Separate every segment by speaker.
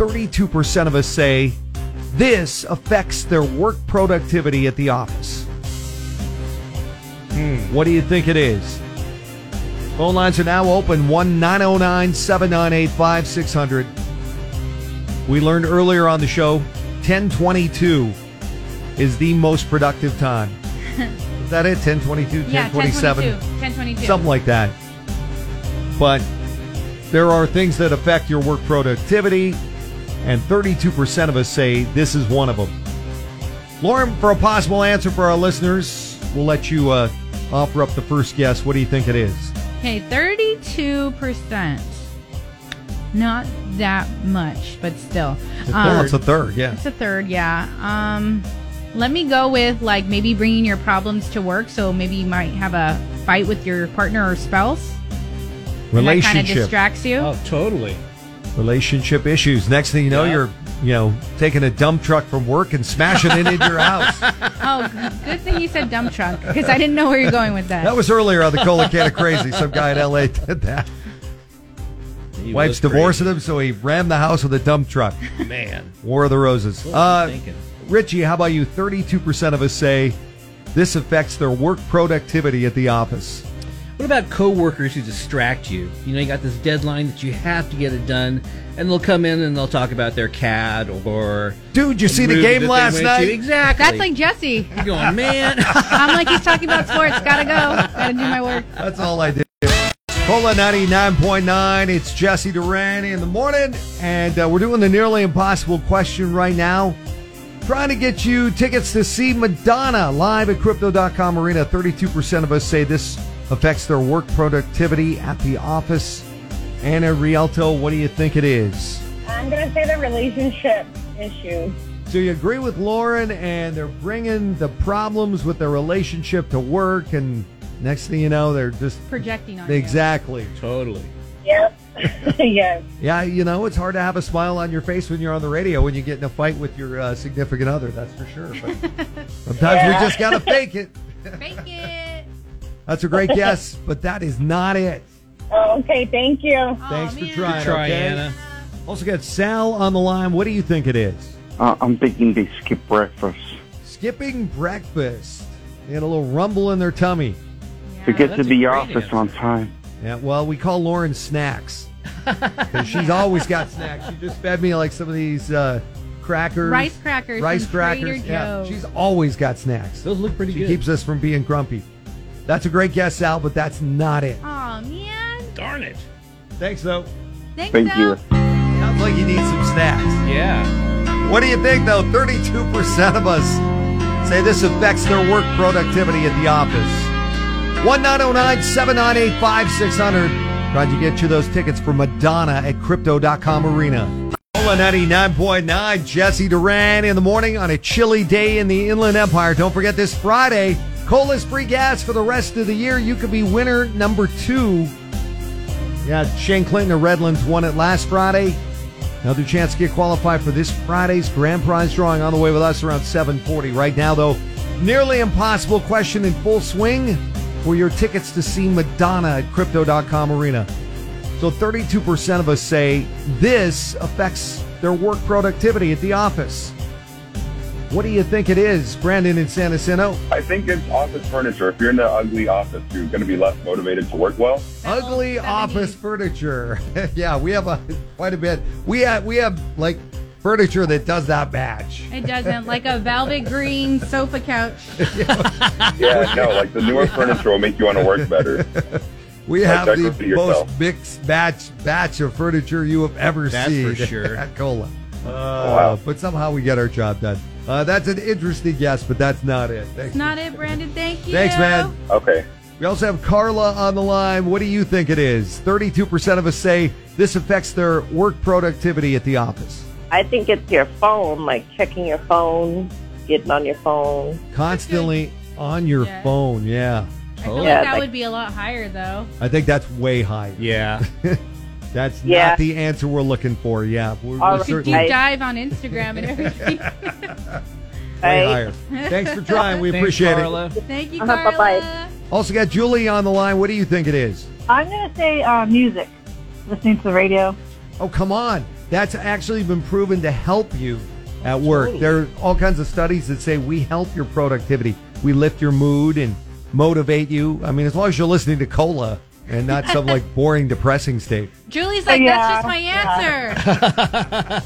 Speaker 1: 32% of us say this affects their work productivity at the office. Hmm, what do you think it is? Phone lines are now open oh 1 909 798 5600. We learned earlier on the show 1022 is the most productive time. is that it? 1022,
Speaker 2: Yeah,
Speaker 1: 1027?
Speaker 2: 1022.
Speaker 1: something like that. But there are things that affect your work productivity, and 32% of us say this is one of them. Lauren, for a possible answer for our listeners, we'll let you uh, offer up the first guess. What do you think it is?
Speaker 2: Okay, 32%. Not that much, but still. Um,
Speaker 1: It's a third. It's a third, yeah.
Speaker 2: It's a third, yeah. Um, let me go with like maybe bringing your problems to work. So maybe you might have a fight with your partner or spouse. and That kind of
Speaker 1: Relationship.
Speaker 2: distracts you.
Speaker 3: Oh, totally.
Speaker 1: relationship issues. Next thing you know,
Speaker 3: Yeah.
Speaker 1: you're you know taking a dump truck from work and smashing it into your house.
Speaker 2: Oh, good- good thing you said dump truck because I didn't know where you're going with that.
Speaker 1: That was earlier on the Cola Can of Crazy. Some guy in L.A. did that.
Speaker 3: He
Speaker 1: Wife's
Speaker 3: was crazy.
Speaker 1: divorcing him, so he rammed the house with a dump truck.
Speaker 3: Man.
Speaker 1: War of the Roses.
Speaker 3: What was he
Speaker 1: Uh,
Speaker 3: thinking?
Speaker 1: Richie, how about you? 32% of us say this affects their work productivity at the office.
Speaker 3: What about coworkers who distract you? You know, you got this deadline that you have to get it done, and they'll come in and they'll talk about their cat or.
Speaker 1: Dude, you see the
Speaker 3: movie that
Speaker 1: game
Speaker 3: they
Speaker 1: last
Speaker 3: went
Speaker 1: night?
Speaker 3: To. Exactly.
Speaker 2: That's like Jesse.
Speaker 3: You're going, man.
Speaker 2: I'm like he's talking about sports. Gotta go. Gotta do my work.
Speaker 1: That's all I did. Cola 99.9. It's Jesse Duran in the morning, and uh, we're doing the nearly impossible question right now. Trying to get you tickets to see Madonna live at Crypto.com Arena. 32% of us say this affects their work productivity at the office. Anna Rialto, what do you think it is?
Speaker 4: I'm going to say the relationship issue.
Speaker 1: So you agree with Lauren, and they're bringing the problems with their relationship to work, and next thing you know, they're just
Speaker 2: Projecting on you.
Speaker 1: exactly.
Speaker 3: totally.
Speaker 4: Yep. yes.
Speaker 1: Yeah, you know, it's hard to have a smile on your face when you're on the radio when you get in a fight with your uh, significant other, that's for sure. But sometimes we just got to fake it.
Speaker 2: Fake it.
Speaker 1: That's a great guess, but that is not it.
Speaker 4: Oh, okay. Thank you.
Speaker 2: Aw,
Speaker 1: Thanks for
Speaker 2: man.
Speaker 1: trying.
Speaker 3: Try,
Speaker 1: okay?
Speaker 3: Anna.
Speaker 1: Also got Sal on the line. What do you think it is?
Speaker 5: Uh, I'm thinking they skip breakfast
Speaker 1: Skipping breakfast. They had a little rumble in their tummy. Ah,
Speaker 5: to get to
Speaker 3: That's a
Speaker 5: the
Speaker 3: great
Speaker 5: office
Speaker 3: answer.
Speaker 5: on time.
Speaker 1: Yeah, well, we call Lauren snacks. 'Cause she's always got snacks. She just fed me like some of these uh, crackers,
Speaker 2: Rice crackers
Speaker 1: rice
Speaker 2: from Trader
Speaker 1: crackers. Yeah,
Speaker 2: Joe's.
Speaker 1: she's always got snacks.
Speaker 3: Those look pretty
Speaker 1: She
Speaker 3: good.
Speaker 1: keeps us from being grumpy. That's a great guess, Sal, but that's not it.
Speaker 2: Aw, man.
Speaker 3: Darn it.
Speaker 1: Thanks, though.
Speaker 2: Thanks,
Speaker 5: Thank
Speaker 2: Al.
Speaker 5: you.
Speaker 1: Sounds like you need some snacks.
Speaker 3: Yeah.
Speaker 1: What do you think, though? 32% of us say this affects their work productivity at the office. 1909 798 5600. Trying to get you those tickets for Madonna at Crypto.com Arena. Ola 99.9, Jesse Duran in the morning on a chilly day in the Inland Empire. Don't forget this Friday, Cola's free gas for the rest of the year. You could be winner number two. Yeah, Shane Clinton of Redlands won it last Friday. Another chance to get qualified for this Friday's grand prize drawing on the way with us around 740. Right now, though, nearly impossible question in full swing for your tickets to see Madonna at Crypto.com Arena. So 32% of us say this affects their work productivity at the office. What do you think it is, Brandon in San Jacinto?
Speaker 6: I think it's office furniture. If you're in an ugly office, you're going to be less motivated to work well.
Speaker 1: ugly
Speaker 2: 70s.
Speaker 1: office furniture. yeah, we have a quite a bit. We have we have like furniture that does not match.
Speaker 2: It doesn't. Like a velvet green sofa couch.
Speaker 6: Yeah, no, like the newer furniture will make you want to work better.
Speaker 1: We have
Speaker 6: check
Speaker 1: the
Speaker 6: with yourself.
Speaker 1: most mixed batch batch of furniture you have ever
Speaker 3: That's
Speaker 1: seen.
Speaker 3: for sure.
Speaker 1: at Cola. Uh,
Speaker 6: Oh, Wow.
Speaker 1: But somehow we get our job done. Uh, that's an interesting guess, but that's not it. Thanks.
Speaker 2: That's not it, Brandon. Thank you.
Speaker 1: Thanks, man.
Speaker 6: Okay.
Speaker 1: We also have Carla on the line. What do you think it is? Thirty-two percent of us say this affects their work productivity at the office.
Speaker 7: I think it's your phone, like checking your phone, getting on your phone.
Speaker 1: Constantly on your
Speaker 2: Yeah.
Speaker 1: phone. Yeah.
Speaker 2: I feel
Speaker 3: Oh.
Speaker 2: like
Speaker 7: Yeah,
Speaker 2: that
Speaker 7: like-
Speaker 2: would be a lot higher, though.
Speaker 1: I think that's way high.
Speaker 3: Yeah.
Speaker 1: That's
Speaker 7: Yeah.
Speaker 1: not the answer we're looking for. Yeah,
Speaker 7: All
Speaker 1: we're, we're
Speaker 7: right.
Speaker 2: Deep
Speaker 1: certainly
Speaker 7: I-
Speaker 2: dive on Instagram and everything.
Speaker 1: way
Speaker 7: Right?
Speaker 1: higher. Thanks for trying. We appreciate it.
Speaker 2: Thank you,
Speaker 7: Uh-huh,
Speaker 2: Carla.
Speaker 7: bye-bye.
Speaker 1: Also got Julie on the line. What do you think it is?
Speaker 4: I'm going to say uh, music, listening to the radio.
Speaker 1: Oh, come on. That's actually been proven to help you at work.
Speaker 3: Totally.
Speaker 1: There are all kinds of studies that say we help your productivity, we lift your mood and motivate you. I mean, as long as you're listening to cola and not some like boring, depressing state.
Speaker 2: Julie's like,
Speaker 4: Yeah,
Speaker 2: that's just my
Speaker 4: yeah.
Speaker 2: answer.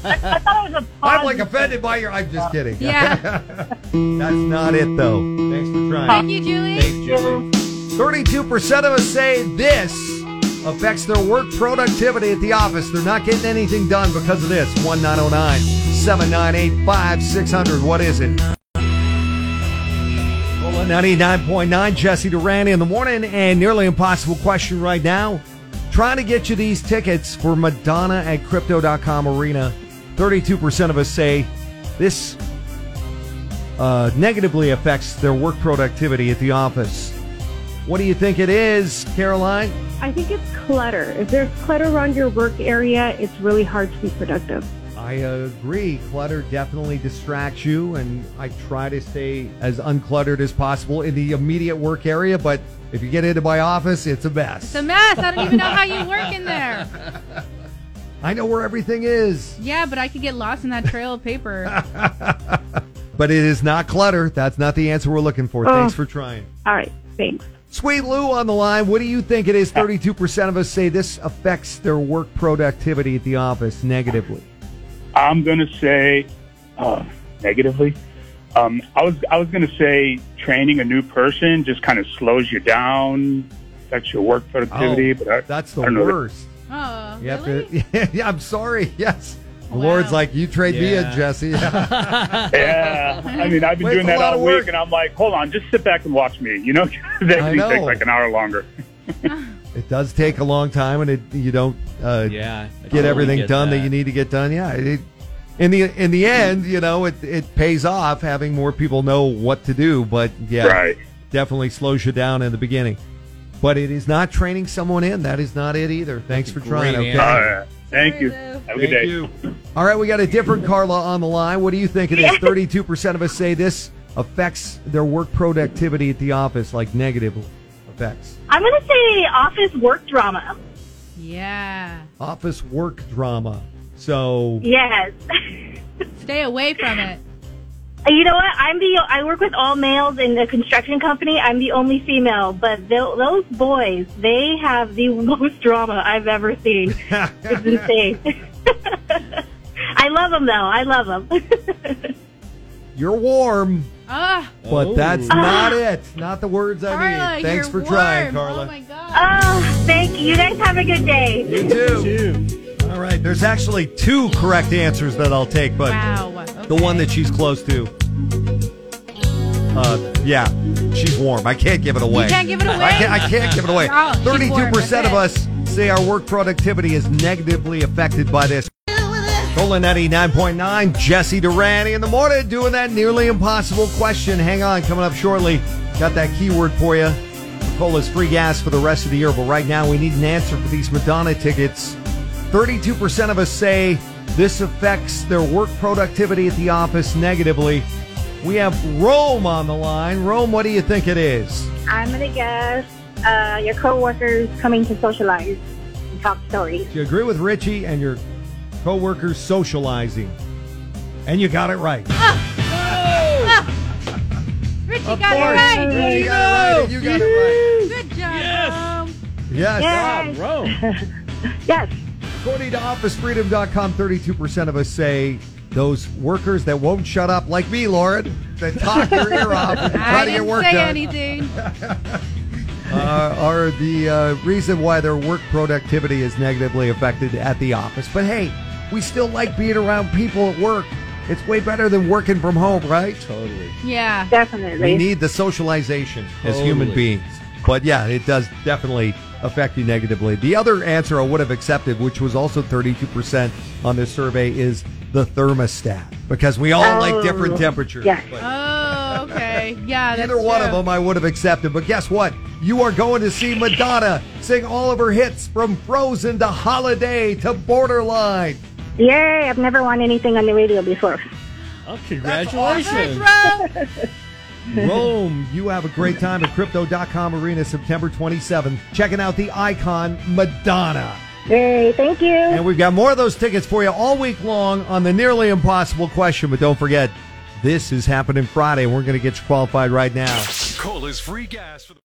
Speaker 4: I thought it was a
Speaker 1: I'm like
Speaker 4: positive.
Speaker 1: offended by your. I'm just kidding.
Speaker 2: Yeah.
Speaker 1: That's not it though. Thanks for trying.
Speaker 2: Thank you, Julie.
Speaker 3: Thanks, Julie.
Speaker 1: 32% of us say this affects their work productivity at the office. They're not getting anything done because of this. 1909 798 5600. What is it? Cola 99.9, Jesse Durante in the morning, and nearly impossible question right now. Trying to get you these tickets for Madonna at Crypto.com Arena. 32% of us say this uh, negatively affects their work productivity at the office. What do you think it is, Caroline?
Speaker 8: I think it's clutter. If there's clutter around your work area, it's really hard to be productive.
Speaker 1: I agree. Clutter definitely distracts you, and I try to stay as uncluttered as possible in the immediate work area. But if you get into my office, it's a mess.
Speaker 2: It's a mess. I don't even know how you work in there.
Speaker 1: I know where everything is,
Speaker 2: Yeah, but I could get lost in that trail of paper.
Speaker 1: but it is not clutter. That's not the answer we're looking for. Thanks for trying.
Speaker 8: All right, thanks.
Speaker 1: Sweet Lou on the line. What do you think it is? 32% of us say this affects their work productivity at the office negatively.
Speaker 9: I'm gonna say uh, negatively. Um, I was I was gonna say training a new person just kind of slows you down, affects your work productivity. but I,
Speaker 1: Oh, That's the
Speaker 9: I don't know.
Speaker 1: worst.
Speaker 2: Oh,
Speaker 1: You have to-
Speaker 2: really?
Speaker 1: yeah, I'm sorry. Yes. The
Speaker 2: Wow.
Speaker 1: Lord's like, you trade me in,
Speaker 3: Yeah.
Speaker 1: Jesse.
Speaker 9: Yeah, I mean I've been
Speaker 1: Wait,
Speaker 9: doing
Speaker 1: it's a
Speaker 9: that
Speaker 1: lot
Speaker 9: all
Speaker 1: of
Speaker 9: week,
Speaker 1: work.
Speaker 9: and I'm like, hold on, just sit back and watch me. You know,
Speaker 1: I
Speaker 9: everything
Speaker 1: know.
Speaker 9: takes like an hour longer.
Speaker 1: It does take a long time, and it you don't uh,
Speaker 3: Yeah. I
Speaker 1: get
Speaker 3: totally
Speaker 1: everything
Speaker 3: get
Speaker 1: done that. you need to get done. Yeah, it, in the in the end, you know, it it pays off having more people know what to do. But yeah,
Speaker 9: Right.
Speaker 1: definitely slows you down in the beginning. But it is not training someone in. That is not it either. Thanks for
Speaker 3: That's a
Speaker 1: trying.
Speaker 3: great
Speaker 1: Okay.
Speaker 3: answer.
Speaker 9: All right. Thank you.
Speaker 2: Hello.
Speaker 9: Have a good day.
Speaker 1: All right, we got a different Carla on the line. What do you think it is? Thirty-two percent of us say this affects their work productivity at the office, like negative effects.
Speaker 4: I'm going to say office work drama.
Speaker 2: Yeah.
Speaker 1: Office work drama. So
Speaker 4: Yes.
Speaker 2: Stay away from it.
Speaker 4: Uh, you know what? I'm the I work with all males in the construction company. I'm the only female, but tho- those boys, they have the most drama I've ever seen. It's insane. I love them though. I love them.
Speaker 1: you're warm,
Speaker 2: Ah,
Speaker 1: but
Speaker 3: Oh.
Speaker 1: that's not it. Not the words I
Speaker 2: Carla,
Speaker 1: need. Thanks
Speaker 2: you're
Speaker 1: for
Speaker 2: warm.
Speaker 1: trying,
Speaker 2: Oh
Speaker 1: Carla.
Speaker 2: my
Speaker 8: Uh,
Speaker 2: god.
Speaker 4: oh, thank you. You guys have a good day.
Speaker 1: you too. All right, there's actually two correct answers that I'll take, but
Speaker 2: Wow.
Speaker 1: the
Speaker 2: Okay.
Speaker 1: one that she's close to. Uh, yeah, she's warm. I can't give it away.
Speaker 2: You can't give it away.
Speaker 1: I can't, I can't give it away.
Speaker 2: Oh, she's warm.
Speaker 1: Thirty-two percent of
Speaker 2: That's
Speaker 1: us say our work productivity is negatively affected by this. Colin ninety-nine point nine. Jesse Durante in the morning doing that nearly impossible question. Hang on, coming up shortly. Got that keyword for you. Cola's free gas for the rest of the year, but right now we need an answer for these Madonna tickets. Thirty-two percent of us say this affects their work productivity at the office negatively. We have Rome on the line. Rome, what do you think it is?
Speaker 8: I'm gonna guess uh, your coworkers coming to socialize and talk stories.
Speaker 1: You agree with Richie and your coworkers socializing. And you got it right.
Speaker 2: Richie
Speaker 1: You
Speaker 2: got it right.
Speaker 1: got it right. and You got it right.
Speaker 2: Good job.
Speaker 3: Yes.
Speaker 2: Mom.
Speaker 1: Yes.
Speaker 3: Bob Rome.
Speaker 8: Yes,
Speaker 1: According to OfficeFreedom.com, 32% of us say those workers that won't shut up, like me, Lauren, that talk your ear off and try
Speaker 2: I
Speaker 1: to get
Speaker 2: didn't
Speaker 1: work
Speaker 2: say
Speaker 1: done,
Speaker 2: anything.
Speaker 1: uh, are the uh, reason why their work productivity is negatively affected at the office. But hey, we still like being around people at work. It's way better than working from home, right?
Speaker 3: totally. Oh,
Speaker 2: Yeah.
Speaker 1: We
Speaker 8: definitely.
Speaker 1: need the socialization as human
Speaker 3: Totally.
Speaker 1: beings. But yeah, it does definitely affect you negatively. The other answer I would have accepted, which was also 32% on this survey, is the thermostat because we all like different temperatures.
Speaker 8: yes.
Speaker 1: But
Speaker 2: Oh, okay. Yeah. That's
Speaker 1: Either one
Speaker 2: true.
Speaker 1: of them I would have accepted. But guess what? You are going to see Madonna sing all of her hits from Frozen to Holiday to Borderline.
Speaker 8: Yay! I've never won anything on the radio before.
Speaker 3: Oh,
Speaker 2: Thanks,
Speaker 3: congratulations.
Speaker 2: Rob.
Speaker 1: Rome, you have a great time at Crypto.com Arena September 27th, checking out the icon Madonna.
Speaker 8: Yay, thank you.
Speaker 1: And we've got more of those tickets for you all week long on the nearly impossible question. But don't forget, this is happening Friday. We're going to get you qualified right now.
Speaker 10: Cole is free gas for the.